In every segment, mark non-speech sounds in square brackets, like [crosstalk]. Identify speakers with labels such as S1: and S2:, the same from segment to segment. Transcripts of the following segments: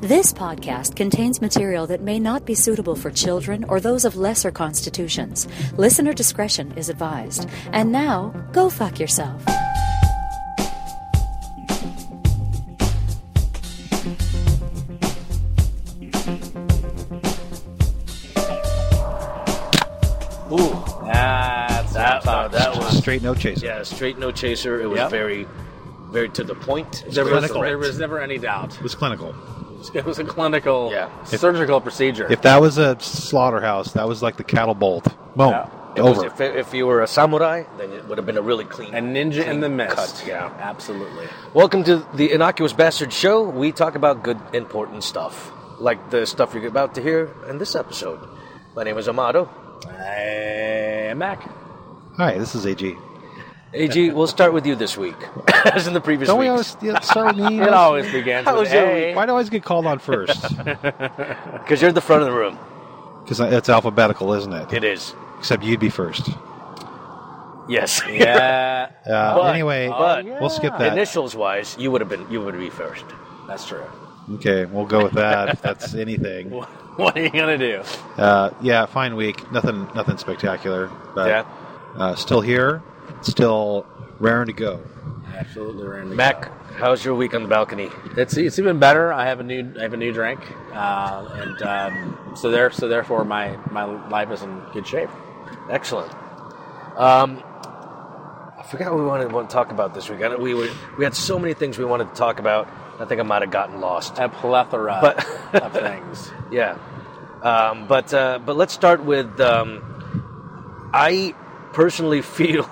S1: This podcast contains material that may not be suitable for children or those of lesser constitutions. Listener discretion is advised. And now, go fuck yourself.
S2: Ooh,
S3: That's
S2: that, uh, that was
S4: Straight no chaser.
S2: yeah, straight no chaser. It was
S3: Yep.
S2: very, very to the point.
S3: there was,
S4: clinical.
S3: there was never any doubt.
S4: It was clinical.
S3: It was a clinical
S2: Yeah.
S3: surgical procedure.
S4: If that was a slaughterhouse, that was like the cattle bolt. Boom.
S3: Yeah.
S2: It was-
S4: Over.
S2: if, if you were a samurai, then it would have been a really clean.
S3: a ninja in the mist.
S2: cut, yeah.
S3: absolutely.
S2: Welcome to the Innocuous Bastard Show. We talk about good, important stuff, like the stuff you're about to hear in this episode. My name is Amado.
S3: And Uh, Mac.
S4: Hi, this is AG.
S2: [laughs] AG, we'll start with you this week, [laughs] as in the previous
S4: Don't we
S2: weeks.
S4: always yeah, start with me?
S3: It always begins
S2: How
S3: with
S2: was your
S3: A.
S4: Why do I always get called on first?
S2: Because you're at the front of the room.
S4: Because it's alphabetical, isn't it?
S2: It is.
S4: Except you'd be first.
S2: Yes. [laughs]
S3: Yeah.
S4: Uh,
S2: But-
S4: anyway,
S2: but-
S4: we'll skip that.
S2: Initials wise, you would have been. You would be first.
S3: That's true.
S4: okay, we'll go with that. if that's anything.
S3: [laughs] What are you going to do?
S4: Uh, yeah, fine week. Nothing, nothing spectacular. But
S2: Yeah.
S4: uh, still here. Still raring to go.
S3: Absolutely random.
S2: Mac, how's your week on the balcony?
S3: It's it's even better. I have a new I have a new drink, uh, and um, so there so therefore my my life is in good shape.
S2: Excellent. Um, I forgot what we wanted want to talk about this week. I know we were, we had so many things we wanted to talk about. I think I might have gotten lost.
S3: A plethora
S2: But-
S3: of things.
S2: Yeah. Um, but uh, but let's start with. Um, I personally [laughs] feel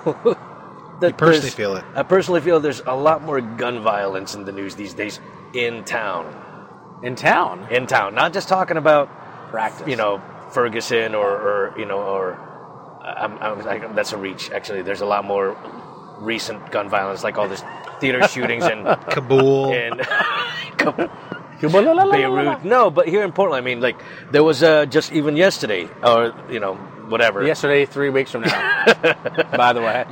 S2: that
S4: You personally
S2: there's-
S4: feel it.
S2: I personally feel there's a lot more gun violence in the news these days in town.
S3: In town,
S2: In town, not just talking about
S3: practice.
S2: you know Ferguson or, or you know or I'm, I'm like that's a reach actually there's a lot more recent gun violence like all this theater shootings in
S4: Kabul.
S2: in [laughs]
S3: Beirut.
S2: Beirut no but here in Portland I mean like there was uh, just even yesterday or you know whatever
S3: Yesterday, three weeks from now. by the way,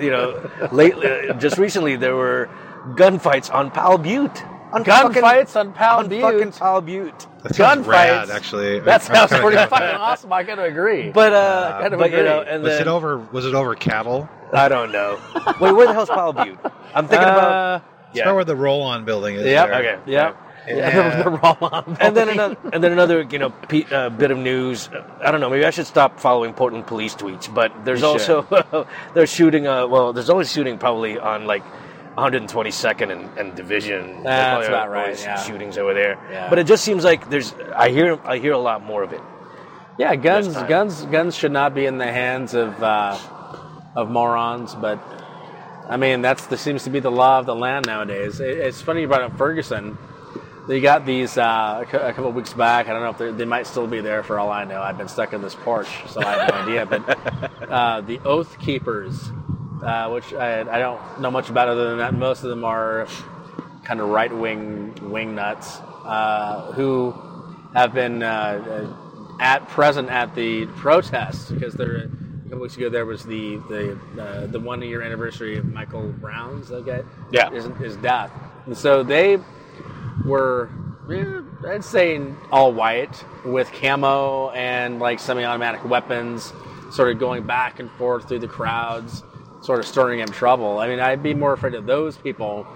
S2: [laughs] you know lately just recently there were gunfights on Powell Butte on fucking-
S3: gunfights on Pal
S2: on fucking
S3: Butte.
S2: Powell Butte
S4: That sounds
S3: Gunfights.
S4: rad, actually.
S3: That
S4: [laughs]
S3: sounds
S4: kinda
S3: pretty
S4: down with
S3: fucking
S4: that.
S3: awesome. I gotta agree.
S2: but uh,
S3: kind of
S2: but you
S3: agree.
S2: know and
S4: was
S2: then
S4: it over? Was it over cattle?
S2: I don't know wait where the hell's Powell Butte I'm thinking about
S3: uh,
S4: It's not where the roll-on building is.
S3: Yep.
S4: there.
S2: Okay.
S3: yeah,
S4: Yeah.
S2: [laughs]
S3: they're wrong on
S2: and then another, and then another, you know, pe- uh, bit of news. I don't know. Maybe I should stop following Portland police tweets. But there's
S3: You
S2: also [laughs] they're shooting. Uh, well, there's always shooting probably on like 122nd and, and Division. There's
S3: That's
S2: probably
S3: about right,
S2: always
S3: yeah.
S2: Shootings over there.
S3: Yeah.
S2: But it just seems like there's. I hear. I hear a lot more of it.
S3: yeah, guns,
S2: This time.
S3: guns, guns should not be in the hands of uh, of morons. But I mean, that's the seems to be the law of the land nowadays. It, it's funny you brought up Ferguson. They got these uh, a cou- a couple weeks back. I don't know if they're- they might still be there for all I know. I've been stuck in this porch, so I have no idea. But uh, the Oath Keepers, uh, which I, I don't know much about other than that, most of them are kind of right wing wing nuts uh, who have been uh, at present at the protests because there a couple weeks ago there was the the uh, the one year anniversary of Michael Brown's that guy
S2: Yeah.
S3: his, his death and so they were eh, I'd say all white with camo and like semi-automatic weapons sort of going back and forth through the crowds sort of stirring up trouble I mean I'd be more afraid of those people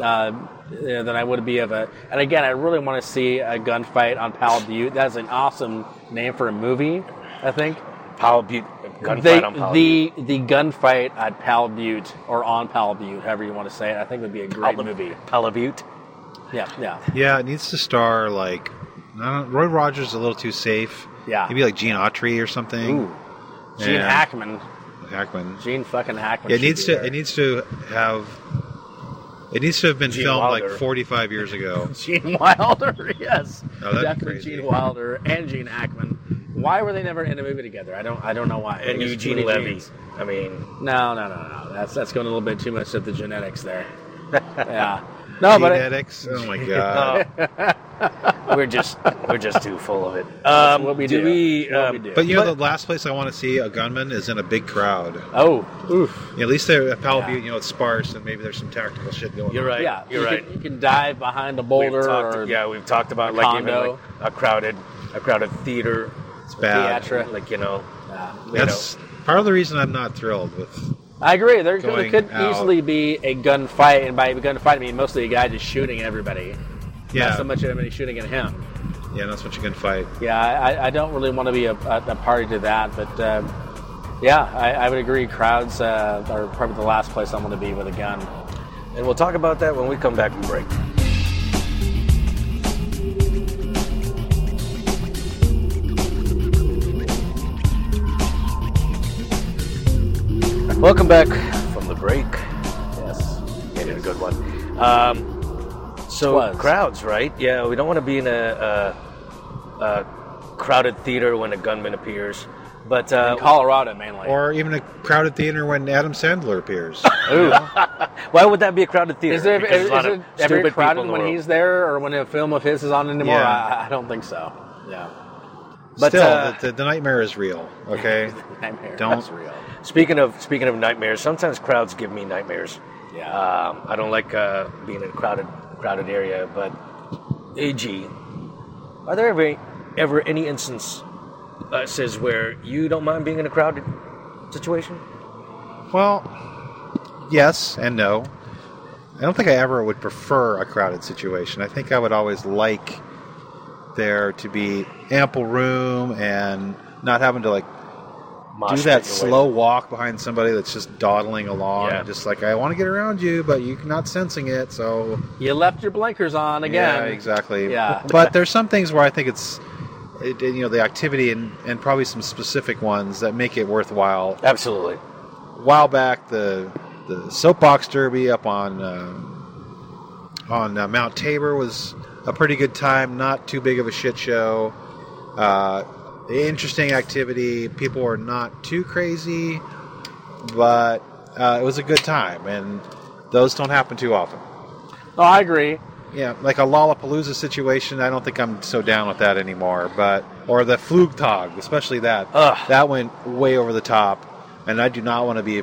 S3: uh, you know, than I would be of a and again I really want to see a gunfight on Pal Butte that's an awesome name for a movie I think
S2: Powell Butte gunfight
S3: They-
S2: on Powell Butte.
S3: the the gunfight at Pal Butte or on Pal Butte however you want to say it I think would be a great
S2: Powell-
S3: movie
S2: Powell Butte.
S3: yeah yeah
S4: Yeah, it needs to star like I don't, Roy Rogers is a little too safe.
S3: Yeah.
S4: maybe like Gene Autry or something.
S3: Ooh. Gene
S4: Yeah.
S3: Hackman.
S4: Hackman.
S3: Gene fucking Hackman.
S4: It
S3: should
S4: needs
S3: be
S4: to.
S3: there.
S4: It needs to have. It needs to have been
S2: Gene
S4: filmed
S2: Wilder.
S4: like 45 years ago.
S3: Gene [laughs] Wilder. [laughs] Yes.
S4: Oh, that'd be
S3: Definitely
S4: crazy.
S3: Gene Wilder and Gene Hackman. Why were they never in a movie together? I don't. I don't know why. I
S2: And
S3: think it's too many
S2: Eugene Levy.
S3: genes.
S2: I mean,
S3: No, no, no, no. That's that's going a little bit too much of the
S2: [laughs]
S3: genetics there. yeah. [laughs] No, but it, [laughs]
S4: Genetics. oh my god.
S2: Uh, [laughs] we're just we're just too full of it. Um,
S3: what we
S2: do,
S3: uh, do.
S2: we?
S3: What
S2: um,
S3: we do.
S4: But you know, the last place I want to see a gunman is in a big crowd.
S3: oh, oof.
S4: You know, at least they're at Powell Butte, you know, it's sparse and maybe there's some tactical shit going
S2: You're
S4: on.
S2: right.
S3: Yeah,
S2: you're
S3: you
S2: right.
S3: Can, you can dive behind a
S2: We've
S3: boulder
S2: talked-
S3: or
S2: yeah, we've talked about
S3: a
S2: like even
S3: condo.
S2: like a crowded a crowded theater.
S4: It's bad.
S3: Theatre.
S2: Like you know,
S3: Yeah.
S4: That's part of the reason I'm not thrilled with.
S3: I agree. There could, there
S4: Going
S3: could
S4: out.
S3: easily be a gunfight, and by gunfight I mean mostly a guy just shooting everybody.
S4: Yeah,
S3: Not so much everybody shooting at him.
S4: yeah, that's what you can fight.
S3: Yeah, I, I- I don't really want to be a, a, a party to that, but um, yeah, I, I would agree. Crowds uh, are probably the last place I want to be with a gun.
S2: and we'll talk about that when we come back from break. Welcome back from the break.
S3: Yes.
S2: Made it a good one. Um, so
S3: Was.
S2: crowds, right? Yeah, we don't want to be in a, a, a crowded theater when a gunman appears. But uh,
S3: Colorado mainly.
S4: Or even a crowded theater when Adam Sandler appears.
S3: Ooh.
S2: why would that be a crowded theater?
S3: is there
S2: Because
S3: is,
S2: there's a lot
S3: it
S2: of stupid
S3: ever
S2: people in
S3: crowded
S2: the
S3: when
S2: world.
S3: he's there or when a film of his is on anymore?
S4: Yeah.
S3: I, I don't think so. Yeah.
S2: [laughs] But,
S4: Still,
S2: uh,
S4: the, the, the nightmare is real. Okay,
S3: Nightmare.
S4: Don't-
S3: That's real.
S2: Speaking of speaking of nightmares, sometimes crowds give me nightmares.
S3: Yeah.
S2: Um, I don't like uh, being in a crowded crowded area, but AG, are there ever ever any instance uh, says where you don't mind being in a crowded situation?
S4: well, yes and no. I don't think I ever would prefer a crowded situation. I think I would always like there to be ample room and not having to like do
S2: Mosh
S4: that
S2: pit your way.
S4: slow walk behind somebody that's just dawdling along
S2: Yeah.
S4: and just like I want to get around you, but you're not sensing it. So
S3: You left your blinkers on again.
S4: yeah, exactly.
S3: Yeah.
S4: but there's some things where I think it's it, you know the activity and, and probably some specific ones that make it worthwhile.
S2: Absolutely.
S4: A while back, the the soapbox derby up on uh, on uh, Mount Tabor was a pretty good time. Not too big of a shit show. Uh, interesting activity. People were not too crazy, but uh, it was a good time, and those don't happen too often.
S3: No, Oh, I agree.
S4: Yeah, like a Lollapalooza situation. I don't think I'm so down with that anymore. But or the Flugtag, especially that.
S2: Ugh.
S4: That went way over the top, and I do not want to be.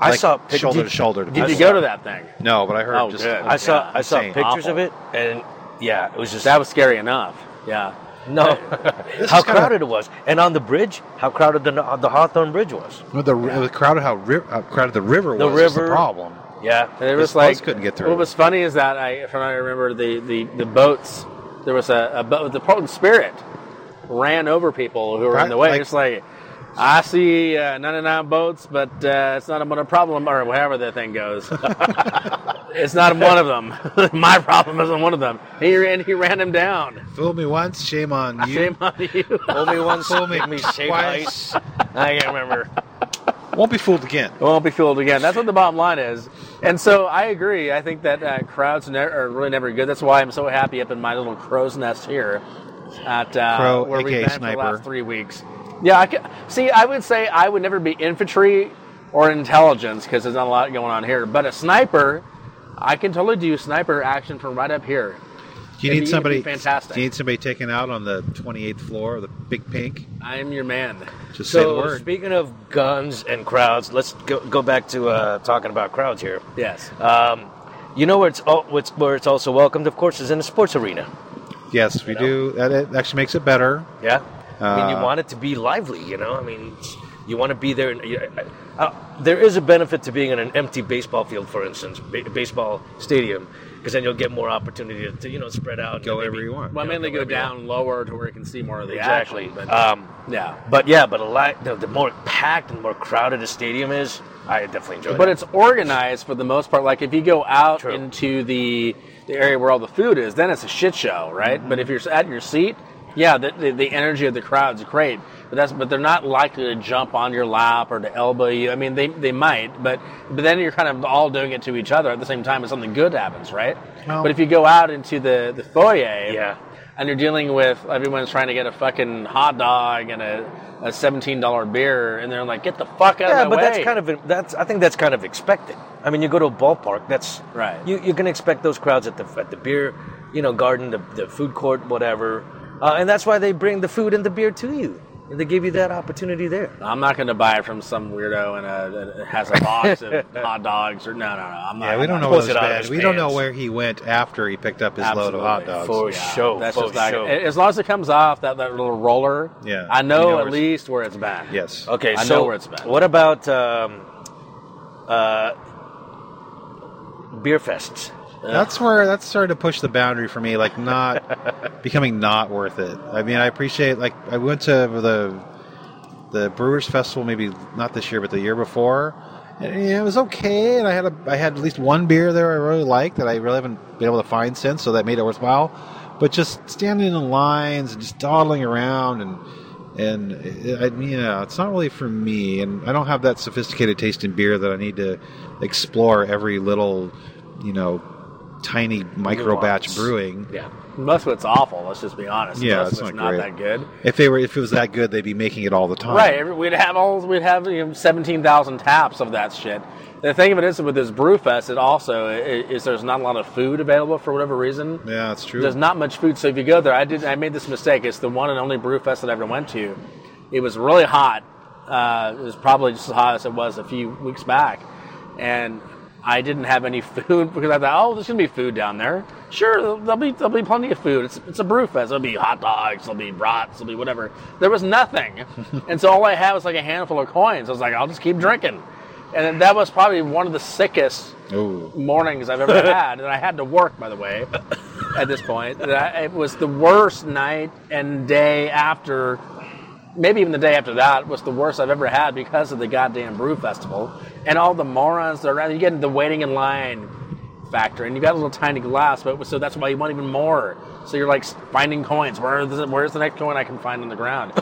S2: I
S4: like,
S2: saw a pic-
S4: shoulder
S2: did-
S4: to shoulder. To
S3: Did you
S4: people.
S3: go to that thing?
S4: No, but I heard.
S3: Oh,
S4: just,
S3: good.
S2: I saw
S3: Yeah,
S2: I saw
S4: insane.
S2: pictures
S3: Awful.
S2: of it, and yeah, it was just
S3: That was scary enough. Yeah.
S2: no
S4: [laughs]
S2: [laughs]
S4: This
S2: how
S4: is kinda-
S2: crowded it was, and on the bridge, how crowded the the Hawthorne Bridge was.
S4: With the it was crowded, how, ri- how crowded the river was.
S2: The
S4: was the
S2: river.
S4: problem.
S2: Yeah,
S3: And it
S4: His
S3: was like
S4: boats couldn't get through.
S3: What was funny is that I, if I remember, the the, the boats. There was a, a boat. The Portland Spirit ran over people who were in
S4: Right,
S3: the way.
S4: like-
S3: it's like I see uh, 99 boats, but uh, it's not one of problem or however that thing
S4: [laughs]
S3: goes. it's not one of them. [laughs] My problem isn't one of them. He ran. He ran him down.
S4: Fool me once, shame on you.
S3: Shame on you.
S2: only one
S4: Fool
S2: sold
S4: me
S2: me shave
S4: twice.
S2: ice. [laughs] I can't remember.
S4: Won't be fooled again.
S3: It won't be fooled again. That's what the bottom line is. And so I agree. I think that uh, crowds ne- are really never good. That's why I'm so happy up in my little crow's nest here at uh,
S4: Crow,
S3: where we've
S4: aka
S3: been for
S4: sniper.
S3: the last three weeks. Yeah, I ca see, I would say I would never be infantry or intelligence because there's not a lot going on here. But a sniper, I can totally do sniper action from right up here.
S4: Do you
S3: It'd
S4: need
S3: be-
S4: somebody?
S3: it'd be fantastic.
S4: Do you need somebody taken out on the 28th floor of the Big Pink?
S3: I am your man.
S4: Just say the
S2: So
S4: word.
S2: speaking of guns and crowds, let's go, go back to uh, talking about crowds here.
S3: Yes. Uh,
S2: Um, you know where it's al- what's- where it's also welcomed, of course, is in a sports arena.
S4: Yes, we do. That it actually makes it better.
S2: Yeah, I mean you
S4: Uh,
S2: want it to be lively. You know, I mean it's- you want to be there. And, you, uh, there is a benefit to being in an empty baseball field, for instance, ba- baseball stadium, because then you'll get more opportunity to, you know spread out. and
S4: Go
S2: maybe-
S4: wherever you want.
S3: Well, I
S2: Yeah,
S3: mainly
S2: go
S3: go
S2: wherever you
S3: down lower to where you can see more of the
S2: Exactly.
S3: action. But,
S2: um,
S3: yeah.
S2: but yeah, but a lot. The, the more packed and more crowded a stadium is, I definitely enjoy.
S3: But
S2: that.
S3: it's organized for the most part. Like if you go out
S2: True.
S3: into the the area where all the food is, then it's a shit show, right?
S2: Mm-hmm.
S3: But if you're at your seat, yeah, the, the, the energy of the crowd's great. But that's but they're not likely to jump on your lap or to elbow you. I mean, they they might, but but then you're kind of all doing it to each other at the same time. And something good happens, right?
S4: Well-
S3: but if you go out into the the foyer,
S2: Yeah.
S3: and you're dealing with everyone's trying to get a fucking hot dog and a a seventeen dollar beer, and they're like, "Get the fuck out
S2: Yeah,
S3: of my
S2: but
S3: way!"
S2: that's kind of that's. I think that's kind of expected. I mean, you go to a ballpark. That's
S3: Right.
S2: You you can expect those crowds at the at the beer you know, garden, the, the food court, whatever. Uh, and that's why they bring the food and the beer to you. And they give you that opportunity there.
S3: I'm not going to buy it from some weirdo and a, that has a box
S4: [laughs]
S3: of hot dogs or no, no, no. I'm not.
S4: Yeah, we
S3: I'm
S4: don't
S3: not-
S4: know what
S2: pulls
S4: was
S2: it out of
S4: bad.
S2: his
S4: We don't know
S2: pants.
S4: where he went after he picked up his load of hot
S3: Absolutely.
S4: dogs.
S2: For sure.
S3: That's
S2: for
S3: just not,
S2: sure.
S3: as long as it comes off that, that little roller.
S4: Yeah.
S3: I know,
S4: You know where
S3: at
S4: it's-
S3: least where it's back.
S4: yes.
S2: Okay,
S3: I
S2: so
S3: know where it's been.
S2: what about um, uh, beer fests?
S4: That's where that's started to push the boundary for me,
S2: [laughs]
S4: like not becoming not worth it. I mean, I appreciate like I went to the the Brewers Festival maybe not this year, but the year before, and yeah, it was okay. And I had a I had at least one beer there I really liked that I really haven't been able to find since, so that made it worthwhile. But just standing in lines and just dawdling around and. And it, I mean, yeah, it's not really for me, and I don't have that sophisticated taste in beer that I need to explore every little, you know, tiny micro batch
S2: Nuance.
S4: brewing.
S2: Yeah.
S3: Most of it's awful. Let's just be honest.
S4: Yeah,
S3: Most
S4: it's
S3: of it's
S4: not
S3: not
S4: great.
S3: that good.
S4: If they were, if it was that good, they'd be making it all the time.
S3: Right. every- We'd have all we'd have you know, seventeen thousand taps of that shit. The thing of it is with this brew fest, it also i- is there's not a lot of food available for whatever reason.
S4: Yeah, that's true.
S3: There's not much food, so if you go there, I did I made this mistake. It's the one and only brew fest that I ever went to. It was really hot. Uh, it was probably just as hot as it was a few weeks back, and I didn't have any [laughs] food because I thought, oh, there's gonna be food down there. Sure, there'll- there'll be there'll be plenty of food. It's, it's a brew fest. There'll be hot dogs. There'll be brats. There'll be whatever. There was nothing, and so all I had was like a handful of coins. I was like, I'll just keep drinking, and then that was probably one of the sickest
S4: Ooh.
S3: mornings I've ever had, and I had to work, by the way, at this point. That- It was the worst night and day after, maybe even the day after that, was the worst I've ever had because of the goddamn brew festival and all the morons that are around. You get the waiting in line factor, and you got a little tiny glass, but so that's why you want even more. So you're like finding coins. Where is it, where's the next coin I can find on the
S2: [laughs]
S3: ground?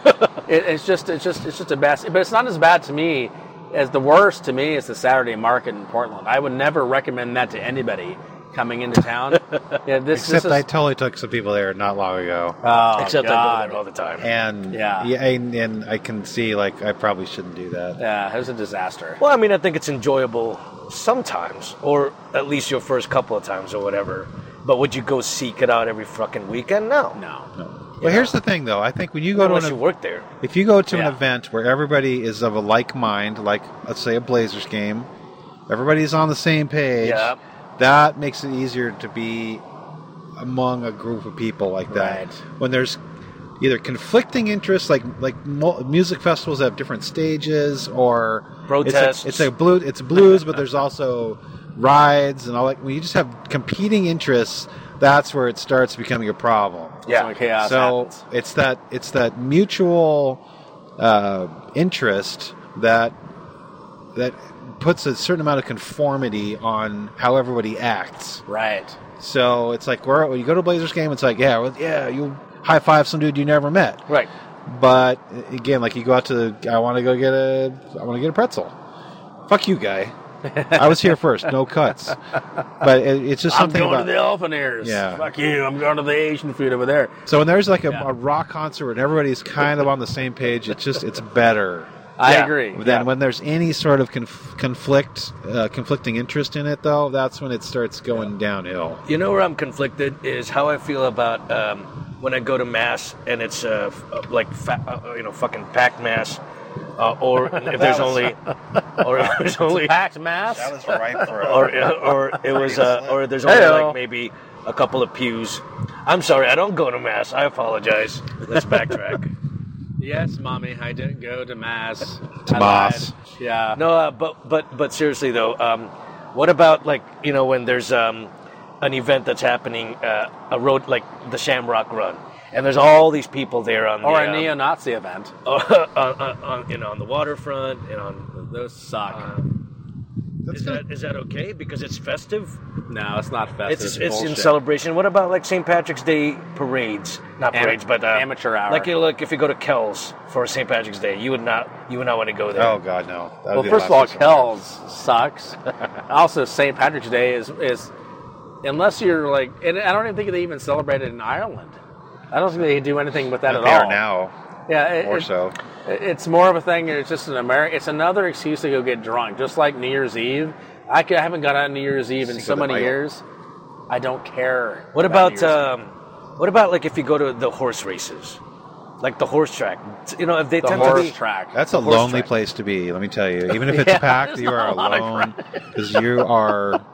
S3: it, it's just it's just it's just a bad. But it's not as bad to me as the worst to me is the Saturday market in Portland. I would never recommend that to anybody coming into
S2: [laughs]
S3: town. yeah, this,
S4: Except
S3: this is,
S4: I totally took some people there not long ago,
S3: oh,
S2: Except I
S3: God.
S2: go there all the time.
S4: and
S3: Yeah.
S4: and, and I can see like I probably shouldn't do that.
S3: Yeah, it was a disaster.
S2: Well, I mean, I think it's enjoyable sometimes, or at least your first couple of times or whatever. But would you go seek it out every fucking weekend? No.
S3: No.
S4: Well, here's the thing though. I think when you go
S2: Unless
S4: to an,
S2: you work there.
S4: if you go to
S3: Yeah.
S4: an event where everybody is of a like mind, like let's say a Blazers game, everybody's on the same page.
S3: Yep.
S4: That makes it easier to be among a group of people like that.
S3: Right.
S4: When there's either conflicting interests, like like mu- music festivals have different stages, or it's a-
S2: Protests.
S4: It's a, blue. It's blues, but there's also rides and all that. When you just have competing interests, that's where it starts becoming a problem
S3: That's when chaos
S4: so
S3: happens.
S4: it's that it's that mutual uh, interest that that puts a certain amount of conformity on how everybody acts.
S3: Right.
S4: So it's like where when you go to a Blazers game, it's like yeah, well, yeah, you high five some dude you never met.
S3: Right.
S4: But again, like you go out to the, I want to go get a, I want to get a pretzel. Fuck you, guy. I was here first, no cuts. But it, it's just
S3: I'm
S4: something
S3: going
S4: about
S3: to the elephant ears.
S4: Yeah.
S3: Fuck you. I'm going to the Asian food over there.
S4: So when there's like a,
S3: Yeah.
S4: a rock concert and everybody's kind of on the same page, it's just it's better
S3: I
S2: Yeah.
S3: agree.
S4: than
S3: Yeah.
S4: when there's any sort of conf- conflict, uh, conflicting interest in it. Though that's when it starts going downhill.
S2: You know where I'm conflicted is how I feel about um, when I go to mass and it's uh, f- like fa- uh, you know fucking packed mass, uh, [laughs] or if there's only, or if there's only,
S3: packed mass.
S4: was right for [laughs]
S2: or or it was, [laughs] uh, or there's only
S3: Heyo.
S2: like maybe a couple of pews. I'm sorry, I don't go to mass. I apologize. Let's backtrack. [laughs]
S3: Yes, mommy, I didn't go to mass.
S4: To
S3: I
S4: mass.
S3: lied. Yeah.
S2: No, uh, but but but seriously though, um, what about like you know when there's um, an event that's happening, uh, a road like the Shamrock Run, and there's all these people there on
S3: Or
S2: the,
S3: a
S2: um,
S3: neo-Nazi event.
S2: [laughs] on, on, on, you know, on the waterfront and on.
S3: Those suck.
S2: Uh, is that is that okay? Because it's festive.
S3: no, it's not festive.
S2: It's it's, in
S3: bullshit.
S2: celebration. What about like St. Patrick's Day parades? Not
S3: Am-
S2: parades, but uh,
S3: amateur hour.
S2: Like you look, if you go to Kells for St. Patrick's Day, you would not you would not want to go there.
S4: Oh God, no. That
S3: Well,
S4: would be
S3: first of all,
S4: the last
S3: Kells sucks. [laughs] also, St. Patrick's Day is is unless you're like, and I don't even think they even celebrate it in Ireland. I don't think they do anything with that at
S4: thing. They
S3: all.
S4: are now
S3: yeah, it,
S4: more
S3: it-
S4: so.
S3: It's more of a thing. It's just an American. It's another excuse to go get drunk, just like New Year's Eve. I, ca- I haven't ggot on New Year's Eve in
S4: Cinco
S3: so
S4: de
S3: many
S4: Mayo.
S3: years. I don't care. uh,
S2: What about
S3: New Year's.
S2: um, what about like if you go to the horse races, like the horse track? You know, if they
S3: the
S2: tend
S3: horse
S2: to be
S3: track?
S4: That's a
S2: Horse
S4: lonely
S2: track.
S4: place to be, let me tell you.
S3: [laughs]
S4: Even if it's
S3: Yeah,
S4: packed,
S3: there's
S4: you
S3: not
S4: are
S3: a lot of
S4: alone because you
S3: [laughs]
S4: are.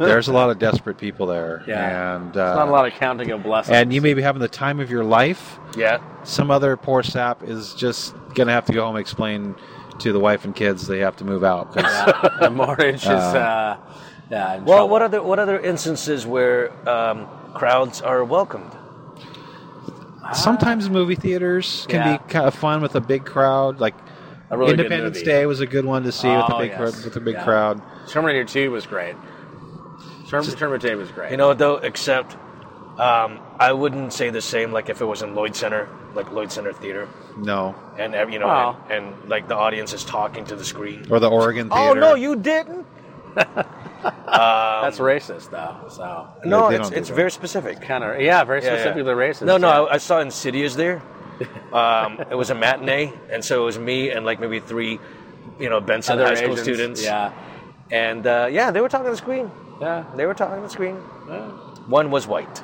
S4: There's a lot of desperate people there,
S3: Yeah.
S4: and uh,
S3: There's not a lot of counting of blessings.
S4: and you may be having the time of your life.
S2: yeah,
S4: Some other poor sap is just gonna have to go home and explain to the wife and kids they have to move
S3: [laughs]
S4: out. 'cause-
S3: yeah, [laughs] the mortgage is uh, yeah. in
S2: Well,
S3: trouble.
S2: what other what other instances where um, crowds are welcomed?
S4: Sometimes movie theaters can
S3: Yeah.
S4: be kind of fun with a big crowd. Like
S3: A really good
S4: Independence
S3: movie.
S4: Day was a good one to see with a
S3: Oh,
S4: big crowd
S3: yes.
S4: with a big
S3: Yeah.
S4: crowd.
S3: Terminator Two was great. Term- Terminator Two was great.
S2: You know, though, except um, I wouldn't say the same like if it was in Lloyd Center, like Lloyd Center Theater,
S4: No,
S2: and uh, you know,
S3: Wow.
S2: and, and like the audience is talking to the screen.
S4: or the Oregon Theater.
S2: Oh no, you didn't! um,
S3: that's racist though. So
S2: No,
S4: they
S2: it's
S4: don't do
S2: it's
S4: that.
S2: very specific.
S3: kind of yeah, very
S2: Yeah, yeah.
S3: specifically racist.
S2: No, no,
S3: yeah.
S2: I, I saw
S3: [laughs]
S2: Insidious there. Um, it was a matinee, and so it was me and like maybe three, you know, Benson
S3: other
S2: high school
S3: agents,
S2: students.
S3: Yeah,
S2: and uh, yeah, they were talking to the screen.
S3: yeah.
S2: They were talking to the screen.
S3: yeah.
S2: One was white.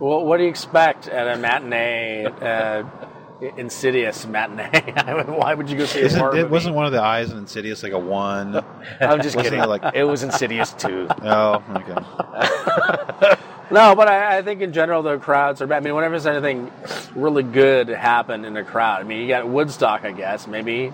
S3: Well, what do you expect at a matinee? Uh, Insidious matinee. [laughs] I would- Why would you go see a
S4: Isn't,
S3: horror
S4: it
S3: movie?
S4: wasn't one of the eyes in Insidious like a one.
S2: I'm
S3: [laughs]
S2: just
S4: Wasn't
S2: kidding.
S4: it like-
S2: it was Insidious too. [laughs]
S4: oh, okay.
S3: No, but I, I think in general the crowds are. bad. I mean, whenever there's anything really good happen in a crowd, I mean, you got Woodstock, I guess, maybe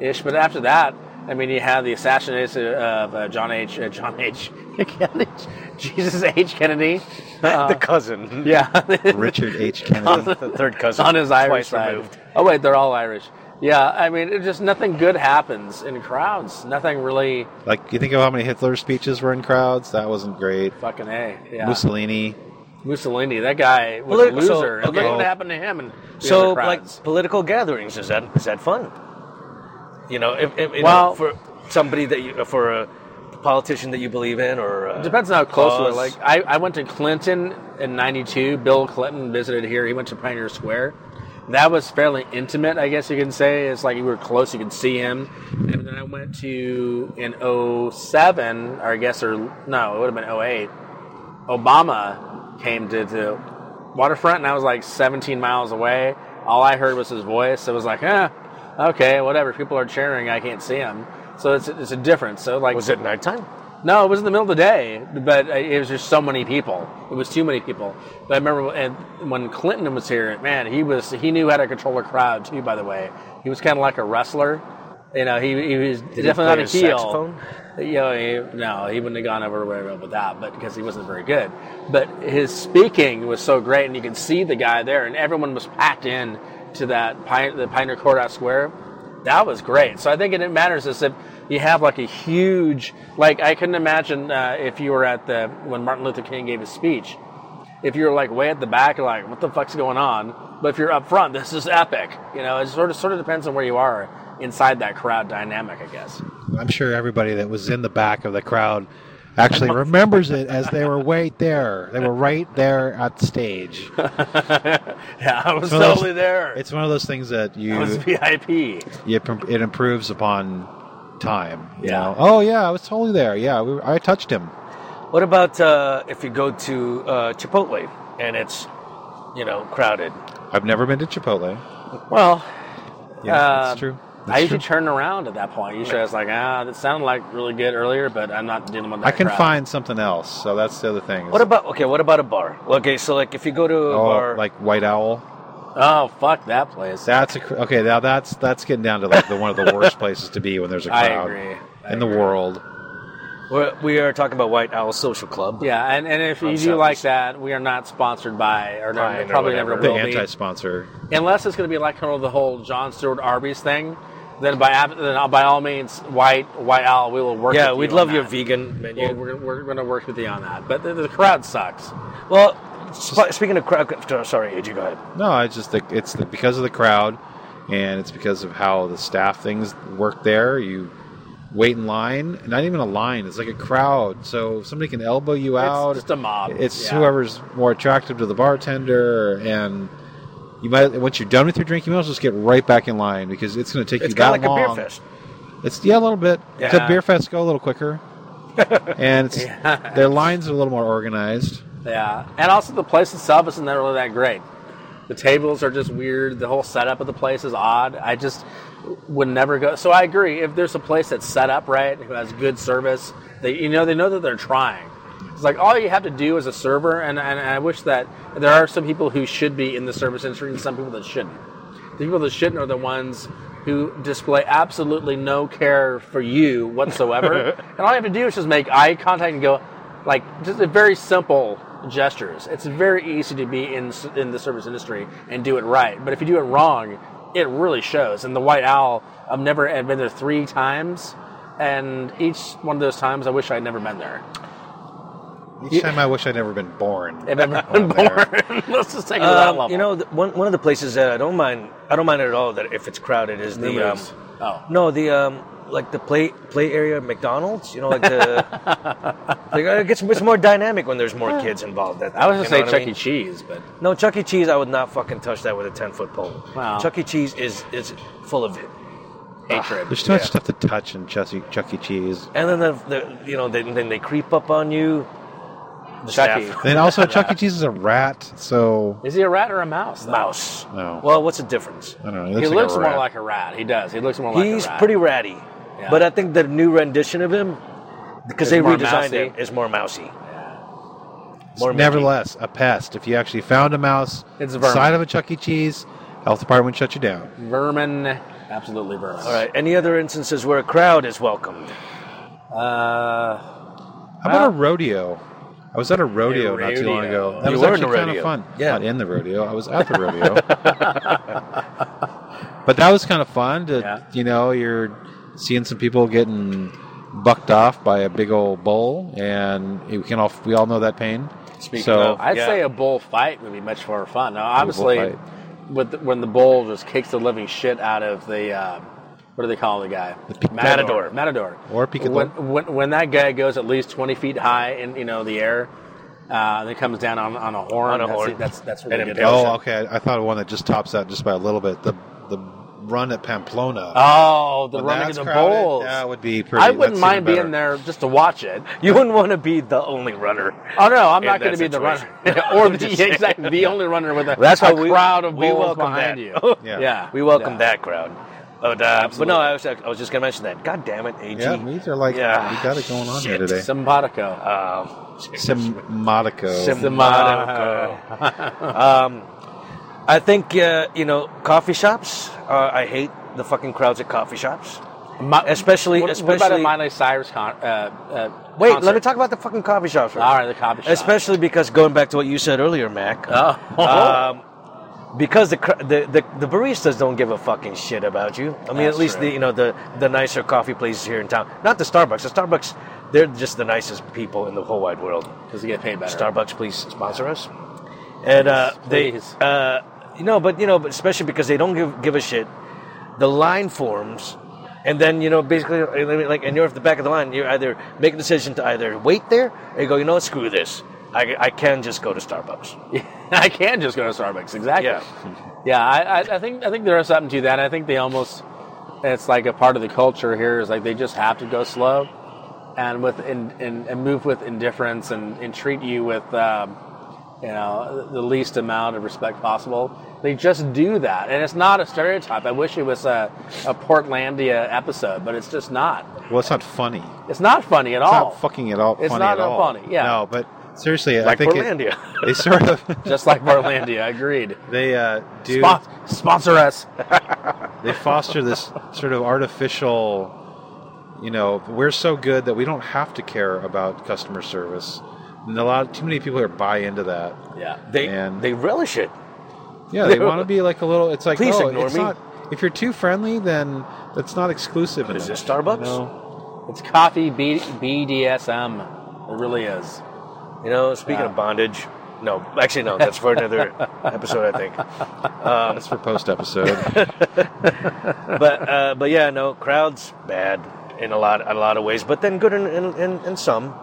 S3: ish. But after that, I mean, you had the assassination of uh, John H. Uh, John H. [laughs] Kennedy, Jesus H. Kennedy. Uh-huh.
S2: the cousin,
S3: [laughs] Yeah,
S4: Richard H. Kennedy.
S2: the third cousin,
S3: on his Irish
S2: twice
S3: side.
S2: removed.
S3: Oh wait, they're all Irish. Yeah, I mean, it just nothing good happens in crowds. Nothing really
S4: Like, you think of how many Hitler speeches were in crowds? That wasn't great.
S3: fucking a. Yeah,
S4: Mussolini.
S3: Mussolini, that guy was a
S2: Well,
S3: loser.
S2: so-
S3: and Look
S2: okay.
S3: what happened to him. And
S2: So, like political gatherings, is that is that fun? You know, if, if, you
S3: Well-
S2: know, for somebody that you, for a politician that you believe in, or uh,
S3: Depends on how close you are.
S2: cause.
S3: Like, I, I went to Clinton in 92. Bill Clinton visited here. He went to Pioneer Square. That was fairly intimate, I guess you can say. It's like you were close, you could see him. And then I went to, in 07, or I guess, or no, it would have been 08, Obama came to the waterfront, and I was like 17 miles away. All I heard was his voice. It was like, eh, okay, whatever. People are cheering. I can't see him. So it's, it's a difference. So like,
S2: was it nighttime?
S3: no, it was in the middle of the day, but uh, it was just so many people. It was too many people. But I remember when- and when Clinton was here, man, he was he knew how to control a crowd too. By the way, he was kind of like a wrestler. You know, he, he was
S2: he
S3: definitely
S2: play
S3: not a
S2: his
S3: heel.
S2: saxophone?
S3: You know, he, no, he wouldn't have gone over very well with that, but because he wasn't very good. But his speaking was so great, and you could see the guy there, and everyone was packed in to that Pine, the Pioneer Courthouse Square that was great. So I think it, it matters is if you have like a huge, like I couldn't imagine uh, if you were at the when Martin Luther King gave his speech. If you're like way at the back, you're like, what the fuck's going on? But if you're up front, this is epic. You know, it sort of sort of depends on where you are inside that crowd dynamic, I guess.
S4: I'm sure everybody that was in the back of the crowd actually remembers it as they were right there. They were right there at
S3: [laughs]
S4: the stage.
S3: Yeah, I was
S4: Well, that's-
S3: totally there.
S4: It's one of those things that
S3: I was
S4: you
S3: VIP.
S4: you pr- it improves upon time. You
S3: Yeah.
S4: know? Oh yeah, I was totally there. Yeah, we were, I touched him.
S2: What about uh, if you go to uh, Chipotle and it's, you know, crowded?
S4: I've never been to Chipotle.
S3: Well,
S4: Yeah,
S3: Um,
S4: that's true.
S3: I
S4: That's true.
S3: usually turn around at that point. Usually I was like, ah, that sounded like really good earlier, but I'm not dealing with that.
S4: I can
S3: crowd.
S4: find something else. So that's the other thing. is-
S2: What about okay? What about a bar? Well, Okay, so like if you go to a
S4: oh,
S2: bar,
S4: like White Owl?
S3: Oh fuck that place.
S4: That's a, cr- okay. Now that's that's getting down to like the one of the worst [laughs] places to be when there's a
S3: I
S4: crowd
S3: agree. I
S4: in the world.
S2: we're, we are talking about White Owl Social Club.
S3: Yeah, and, and if
S2: On
S3: you do
S2: Saturdays.
S3: like that, we are not sponsored by, or no,
S2: Pine or
S3: probably never
S2: whatever.
S4: The
S3: will be,
S4: anti-sponsor.
S3: unless it's going to be like kind of the whole John Stewart Arby's thing. Then by ab- then by all means, white white owl, we will work.
S2: yeah,
S3: with
S2: we'd
S3: you on
S2: love your
S3: that.
S2: vegan menu.
S3: We'll- we're we're going to work with you on that, but the, the crowd sucks.
S2: Well, sp- speaking of crowd, sorry, AJ, go ahead.
S4: No, I just think it's the, because of the crowd, and it's because of how the staff things work there. You wait in line, not even a line. It's like a crowd, so somebody can elbow you out.
S3: It's just a mob.
S4: It's
S3: Yeah.
S4: whoever's more attractive to the bartender, and you might once you're done with your drink, you might as well just get right back in line because it's going to take
S2: It's
S4: you that
S2: kind of like
S4: long.
S2: a beer fest.
S4: It's yeah, a little bit.
S3: [laughs]
S2: Yeah.
S4: Except beer fests go a little quicker. and it's, their lines are a little more organized.
S3: Yeah, and also the place itself isn't that really that great. The tables are just weird. The whole setup of the place is odd. I just would never go. So I agree. If there's a place that's set up right, who has good service, they you know they know that they're trying. It's like all you have to do is a server, and, and I wish that there are some people who should be in the service industry and some people that shouldn't. The people that shouldn't are the ones who display absolutely no care for you whatsoever. and all you have to do is just make eye contact and go, like, just a very simple gestures. It's very easy to be in s- in the service industry and do it right. But if you do it wrong, it really shows. And the White Owl, I've never I've been there three times, and each one of those times, I wish I'd never been there.
S4: Each time I wish I'd never been born.
S3: If I've ever been born, [laughs] let's just take it to that
S2: Um,
S3: level.
S2: you know, the, one one of the places that I don't mind, I don't mind at all that if it's crowded is the, um,
S3: Movies. oh,
S2: no the um like the play play area of McDonald's. You know,
S3: [laughs]
S2: like the like uh, it gets it's more dynamic when there's more kids involved. That
S3: I was gonna
S2: you
S3: say
S2: know what
S3: Chuck
S2: I
S3: E.
S2: mean?
S3: Cheese, but
S2: No, Chuck E. Cheese, I would not fucking touch that with a ten foot pole.
S3: Wow.
S2: Chuck E. Cheese is is full of it.
S3: hatred.
S4: There's too much stuff to touch in Chuck E. Chuck E. Cheese.
S2: And then the, the you know then, then they creep up on you. The
S3: Chuck E.
S2: staff.
S4: Then also, Chuck E. Cheese is a rat, so
S3: Is he a rat or a mouse? though?
S2: mouse.
S4: No.
S2: Well, what's the difference?
S4: I don't know.
S3: He looks
S4: a
S3: more
S4: rat.
S3: like a rat. He does. He looks more like
S2: He's
S3: a rat.
S2: pretty ratty,
S3: Yeah.
S2: but I think the new rendition of him, because
S3: Is
S2: they
S3: more
S2: redesigned
S3: mousy.
S2: it, is more mousy.
S4: It's
S2: More mousy.
S4: nevertheless a pest. If you actually found a mouse
S3: It's a vermin.
S4: inside of a Chuck E. Cheese, health department shut you down.
S3: vermin. Absolutely vermin.
S2: All right. Any other instances where a crowd is welcomed? [laughs]
S3: Uh,
S4: How about a rodeo? I was at a rodeo,
S3: A
S4: not too long
S3: rodeo.
S4: ago. That
S2: You
S4: was
S2: were in
S4: actually
S2: the
S4: kind
S2: rodeo.
S4: of fun.
S2: Yeah.
S4: Not in the rodeo. I was at the rodeo. [laughs] but that was kind of fun. To,
S3: Yeah.
S4: You know, you're seeing some people getting bucked off by a big old bull, and we can all we all know that pain. so
S2: of-
S3: I'd
S2: Yeah.
S3: say a bull fight would be much more fun. Now, obviously,
S4: bullfight.
S3: with the, when the bull just kicks the living shit out of the um, what do they call the guy?
S4: pic-
S3: matador. Matador.
S4: Or picador.
S3: When, when when that guy goes at least twenty feet high in you know the air, uh, that comes down on, on a horn.
S2: On a
S3: that's,
S2: horn.
S3: That's that's really
S2: And
S3: good.
S2: impales
S4: oh,
S2: it.
S4: okay. I thought of one that just tops out just by a little bit. The the run at Pamplona.
S3: Oh, the
S4: When
S3: running of
S4: that's
S3: the
S4: crowded,
S3: bulls.
S4: That would be pretty.
S3: I wouldn't
S4: that's
S3: mind
S4: even
S3: being
S4: better.
S3: there just to watch it.
S2: You wouldn't want to be the only runner.
S3: Oh no, I'm
S2: In
S3: not
S2: that
S3: going to be the runner
S2: situation. [laughs]
S3: [laughs] or
S2: I'm
S3: the
S2: just saying.
S3: exactly
S2: [laughs]
S3: the only runner with a,
S2: That's why
S3: a
S2: we-
S3: crowd of
S2: we
S3: bulls
S2: welcome
S3: behind
S2: that. [laughs]
S3: you.
S4: Yeah.
S2: We
S3: [laughs]
S2: welcome
S3: Yeah.
S2: that crowd. But, uh, but
S3: Absolutely.
S2: no, I was, I was just going to mention that. God damn it, AG.
S4: Yeah, these are like
S2: Yeah.
S4: we got it going on
S2: Shit.
S4: here today.
S3: Simpatico.
S2: Um,
S4: Symbolico.
S2: Simonico. [laughs] um, I think, uh, you know, coffee shops, uh, I hate the fucking crowds at coffee shops.
S3: Mi-
S2: especially-
S3: what, what about
S2: especially-
S3: a Miley Cyrus con- uh, uh,
S2: Wait,
S3: concert?
S2: let me talk about the fucking coffee shops. first.
S3: All right, the coffee shop.
S2: Especially because going back to what you said earlier, Mac.
S3: Oh.
S2: Um, because the, cr- the the the baristas don't give a fucking shit about you. I mean,
S3: That's
S2: at least
S3: true.
S2: the you know the the nicer coffee places here in town. Not the Starbucks. The Starbucks, they're just the nicest people in the whole wide world.
S3: because you get paid better.
S2: Starbucks, please sponsor us. And uh, they,
S3: Please.
S2: uh, you know, but you know, but especially because they don't give give a shit. The line forms, and then you know, basically, like, and you're at the back of the line. You're either make a decision to either wait there or you go, you know what, screw this. I, I can just go to Starbucks.
S3: [laughs] I can just go to Starbucks. Exactly.
S2: Yeah.
S3: [laughs] Yeah, I, I, I think I think there is something to that. I think they almost it's like a part of the culture here is like they just have to go slow and with and, and, and move with indifference and, and treat you with um, you know the least amount of respect possible. They just do that, and it's not a stereotype. I wish it was a, a Portlandia episode, but it's just not.
S4: Well, it's not funny. It's
S3: It's not funny at all.
S4: not fucking at all.
S3: Oh. It's
S4: funny
S3: not
S4: at
S3: at
S4: all.
S3: funny, yeah.
S4: No, but seriously, I
S2: Like
S4: think it-
S2: Portlandia.
S4: [laughs] they sort of
S3: just like Portlandia, agreed.
S4: they uh, do
S3: Spon- sponsor us.
S4: they foster this sort of artificial. You know, we're so good that we don't have to care about customer service, and a lot too many people here buy into that.
S3: [laughs] Yeah.
S2: They
S4: Man.
S2: they relish it.
S4: Yeah, they want to be like a little. It's like
S2: Please
S4: oh,
S2: ignore
S4: it's
S2: me.
S4: not- if you're too friendly, then that's not exclusive.
S2: Is
S4: enough,
S2: this Starbucks?
S4: you know?
S3: It's coffee B- BDSM. It really is.
S2: You know, speaking
S3: Yeah.
S2: of bondage, no, actually no, that's for another episode, I think. Um,
S4: That's for post episode.
S2: but uh, but yeah, no, crowds bad in a lot a lot of ways, but then good in in, in, in some.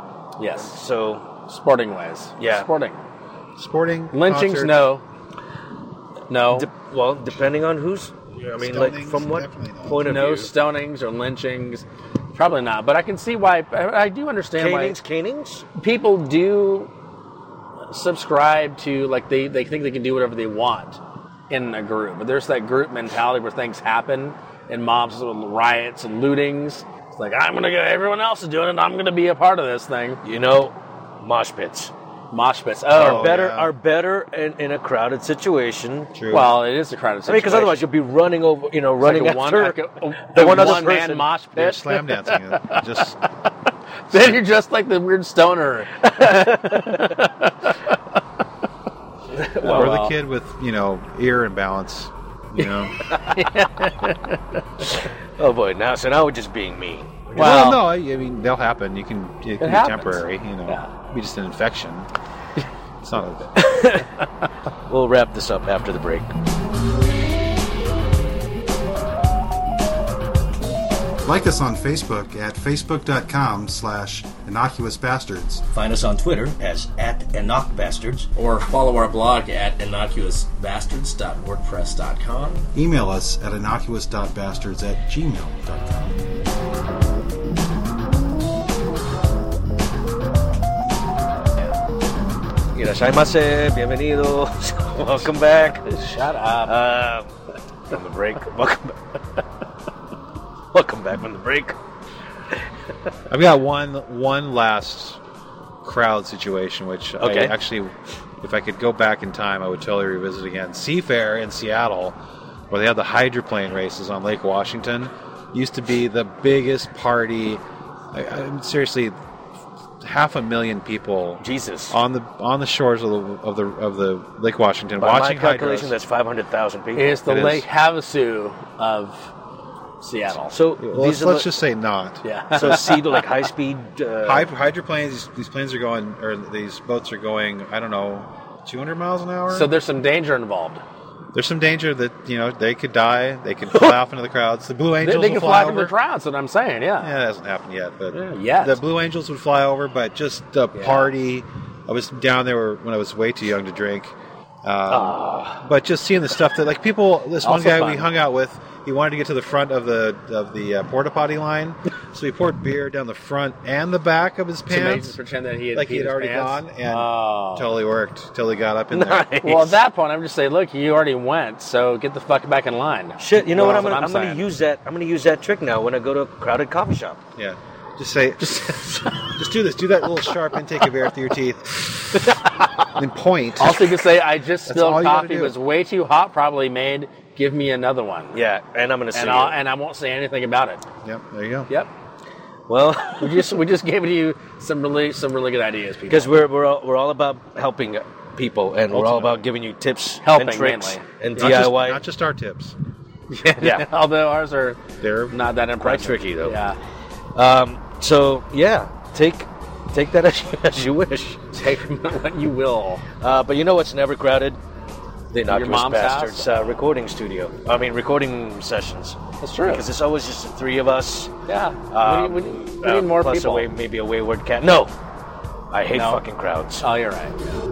S3: Yes.
S2: So
S3: Sporting ways.
S2: Yeah.
S3: Sporting.
S4: [laughs] Sporting
S3: Lynchings, no.
S4: concerts,
S3: No.
S2: de- well, depending on who's I mean, like
S4: Stonings,
S2: from what
S4: definitely not.
S2: point of
S3: no
S2: view.
S3: stonings or lynchings. Probably not, but I can see why. I I do understand why
S2: Canings, canings.
S3: people do subscribe to like they, they think they can do whatever they want in a group but there's that group mentality where things happen and mobs and riots and lootings it's like i'm gonna go everyone else is doing it i'm gonna be a part of this thing
S2: You know, mosh pits
S3: mosh pits
S2: are
S3: oh,
S4: Oh,
S2: better
S4: yeah.
S2: are better in, in a crowded situation.
S4: True.
S3: well it is a crowded
S2: I
S3: situation
S2: mean, because otherwise you'll be running over, you know,
S3: It's like
S2: running
S3: a one,
S2: after
S3: like a- a-
S2: the
S3: a
S2: one other
S3: one-man
S2: person.
S3: mosh
S4: You're
S3: pit [laughs]
S4: slam dancing. it. Just
S3: then you're just like the weird
S2: [laughs]
S3: stoner
S4: or
S3: well.
S4: the kid with you know ear imbalance. You know.
S2: Oh boy, now so now we're just being me.
S4: well,
S3: Well-
S4: no, I, I mean they'll happen. You can it can be
S3: happens.
S4: temporary. You know,
S3: Yeah.
S4: be just an infection. It's not a
S2: We'll wrap this up after the break.
S5: Like us on Facebook at facebook.com slash innocuous bastards.
S6: Find us on Twitter as at Bastards.
S7: or follow our blog at innocuousbastards.wordpress.com.
S5: Email us at innocuous.bastards at gmail.com.
S2: Irashaimase, bienvenidos, welcome back.
S3: shut up
S2: Uh, from the break, [laughs] welcome back. welcome back from the break.
S4: I've got one one last crowd situation, which
S2: Okay.
S4: I actually, if I could go back in time, I would totally revisit again. Seafair in Seattle, where they had the hydroplane races on Lake Washington, used to be the biggest party. I, I, seriously, half a million people
S2: Jesus.
S4: on the on the shores of the of the of the Lake Washington
S2: By
S4: watching
S2: my calculation,
S4: hydros.
S2: that's 500,000 people.
S3: it's the
S4: It is.
S3: lake havasu of seattle
S2: So
S4: Well, let's,
S2: these are
S4: let's
S2: the-
S4: just say not.
S3: yeah [laughs]
S2: so see like high speed. Uh,
S4: Hy- hydroplanes. These planes are going, or these boats are going. I don't know, 200 miles an hour.
S3: so there's some danger involved
S4: there's some danger that you know they could die.
S3: [laughs]
S4: They could fly off into the crowds. The Blue
S3: They,
S4: Angels
S3: they
S4: will
S3: can
S4: fly,
S3: fly through
S4: over.
S3: the crowds. That's what I'm saying. Yeah.
S4: Yeah, that hasn't happened yet, but
S3: Yeah, yet.
S4: the Blue Angels would fly over. But just the party. I was down there when I was way too young to drink. Um, but just seeing the stuff that like people. This one
S3: Ah. Also
S4: guy
S3: fun.
S4: we hung out with. He wanted to get to the front of the of the uh, porta potty line, so he poured beer down the front and the back of his
S3: It's amazing to
S4: pants.
S3: pretend that he had
S4: like he
S3: peed
S4: had
S3: his
S4: already
S3: pants.
S4: gone and
S3: Oh.
S4: totally worked till he
S3: [laughs]
S4: got up in there.
S2: [laughs]
S3: Well, at that point, I'm just saying, look, you already went, so get the fuck back in line.
S2: Shit, you know
S3: Well,
S2: what? I'm gonna,
S3: that's
S2: I'm,
S3: what I'm
S2: gonna
S3: saying.
S2: use that. I'm gonna use that trick now when I go to a crowded coffee shop.
S4: Yeah. Just say, [laughs] just, just do this. Do that little sharp intake of air through your teeth. and point.
S3: Also, you can say, I just
S4: all
S3: spilled
S4: you gotta
S3: coffee. It
S4: do.
S3: was way too hot, probably made. Give me another one.
S2: Yeah, and I'm gonna see.
S3: And, I'll, and I won't say anything about it.
S4: Yep, there you go.
S3: Yep.
S2: well, [laughs]
S3: We just we just gave you some really some really good ideas, people.
S2: because we're we're all, we're all about helping people, and we're all about giving you tips,
S3: Helping,
S2: and tricks,
S3: mainly.
S2: and
S4: Not, Just,
S2: DIY. [laughs]
S4: not just our tips.
S2: yeah.
S3: [laughs] although ours are
S4: They're
S3: not that impressive.
S2: tricky, though.
S3: Yeah. [laughs]
S2: Um, so yeah, take take that [laughs] as you, as you wish.
S3: Take from what you will.
S2: Uh, but you know what's never crowded? The innocuous
S3: mom's
S2: bastards uh, recording studio. I mean, recording sessions.
S3: That's true.
S2: Because it's always just the three of us.
S3: Yeah.
S2: Um,
S3: we, need- we need- we
S2: uh,
S3: need more
S2: plus
S3: people.
S2: A way, maybe a wayward cat. No, I hate
S3: No.
S2: fucking crowds.
S3: Oh, you're right.